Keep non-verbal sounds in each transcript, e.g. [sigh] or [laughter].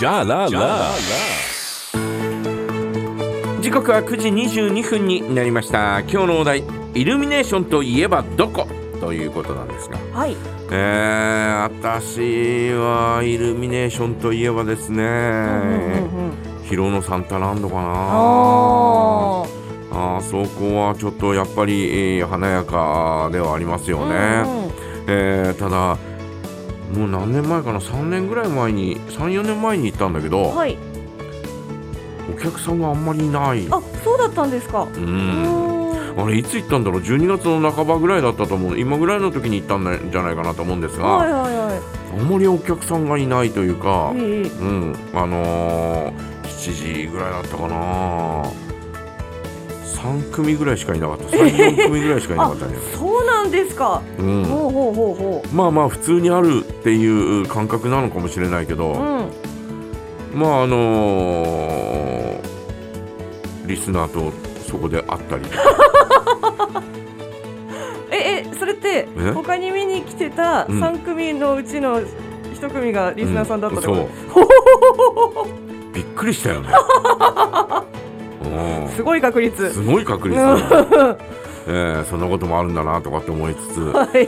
Ja la la. 時刻は9時22分になりました今日のお題イルミネーションといえばどこということなんですがはい。えー、私はイルミネーションといえばですね、ヒロのサンタランドかなああーそこはちょっとやっぱり、えー華やかではありますよあ。ね、うんうんえーただもう何年前かな3年ぐらい前に34年前に行ったんだけど、はい。お客さんがあんまりいないあ、そうだったんですか。ううんん。あれいつ行ったんだろう12月の半ばぐらいだったと思う今ぐらいの時に行ったんじゃないかなと思うんですが、はいはいはい。あんまりお客さんがいないというか、ええうんあのー、7時ぐらいだったかな3組ぐらいしかいなか [laughs] った34組ぐらいしかいなかったね、そうなんですか。うん、ほうほうほうほまあまあ普通にあるっていう感覚なのかもしれないけう。うど、ん。まああのー、リスナーとそこで会ったりとかええそれってえ他に見に来てたうん三組のうちの一組がリスナーさんだったってこうんと。そうびっくりしたよねうんすごい確率。すごい確率だね、えーそんなこともあるんだなとかって思いつつ、はい。え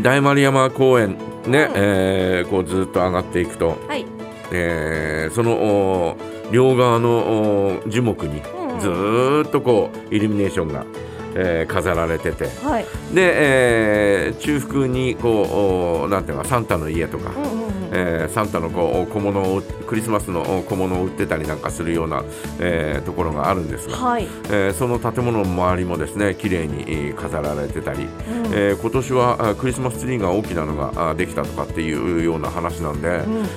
ー大丸山公園ね、えーこうずっと上がっていくと、はい。えーそのお両側のお樹木にうんずーっとこうイルミネーションが、えー飾られててはい。で、えー中腹にこうおなんていうのかサンタの家とか、うんうんうん。えーサンタのこう小物をクリスマスの小物を売ってたりなんかするような、えーところがあるんですが、はい。えーその建物の周りもですね綺麗にえー飾られてたり、うんえー今年はあクリスマスツリーが大きなのがあできたとかっていうような話なんで、ん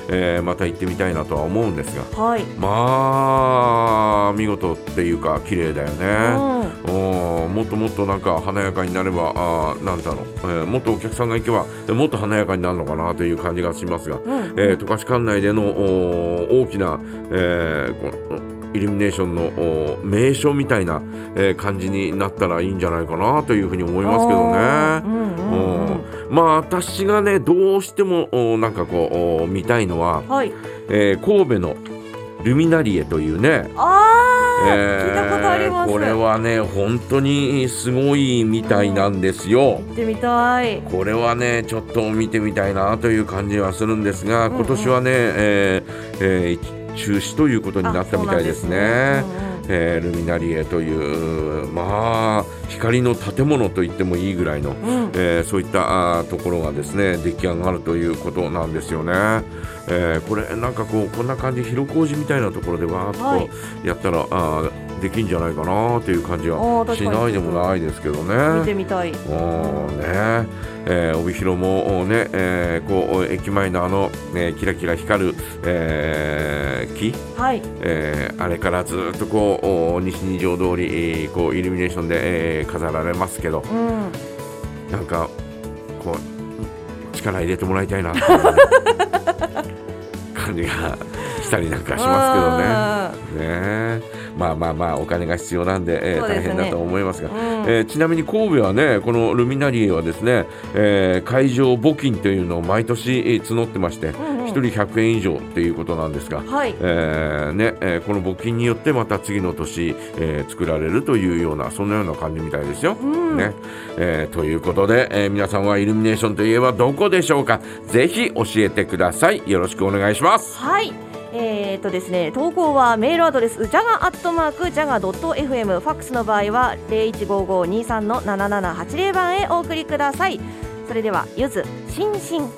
えーまた行ってみたいなとは思うんですがはい。まあ見事っていうか綺麗だよね。うん。おーもっともっとなんか華やかになればあーなんだろう、えーもっとお客さんが行けばえーもっと華やかになるのかなという感じがしますが、うんえー、十勝管内でのおー大きな、えーこのイルミネーションのおー名所みたいな、えー感じになったらいいんじゃないかなというふうに思いますけどあーうね。んうんうんうんまあ私がねどうしてもおなんかこうお見たいのは、はい。えー神戸のルミナリエというね、ああ、えー聞いたことあります。これはね本当にすごいみたいなんですよ。行ってみたい。これはねちょっと見てみたいなという感じはするんですがんうん今年はね、えーえー中止ということになったみたいですねあ。そうなんですねえールミナリエというまあ光の建物と言ってもいいぐらいの、うんうんえーそういったあーところがですね出来上がるということなんですよね。えーこれなんかこうこんな感じ広小路みたいなところでわーっとはいやったら、あーできんじゃないかなという感じあーは確しかにないでもないですけどね。見てみたい。おーねえー帯広もおーね、えーこう駅前のあの、えーキラキラ光る、えー木、はい。えーあれからずっとこうおー西二条通り、えーこうイルミネーションで、えー飾られますけどうん。なんかこう力入れてもらいたいなっていうね感じがしたりなんかしますすけどね。ねえまあまあまあお金が必要なんで、えーそうで大すね変だと思いますが、うん。えーちなみに神戸はねこのルミナリエはですね、えー会場募金というのを毎年えー募ってまして1うんうん人100円以上ということなんですが、はいえ。ーねえーこの募金によってまた次の年、えー作られるというようなそんなような感じみたいですよ。んねえーということで、えー皆さんはイルミネーションといえばどこでしょうかぜひ教えてください。よろしくお願いします。はい。えー、とですね、投稿はメールアドレス、ジャガアットマーク、ジャガドット FM、ファックスの場合は、零一五五二三の七七八零番へお送りください。それでは、ゆず、しんしん、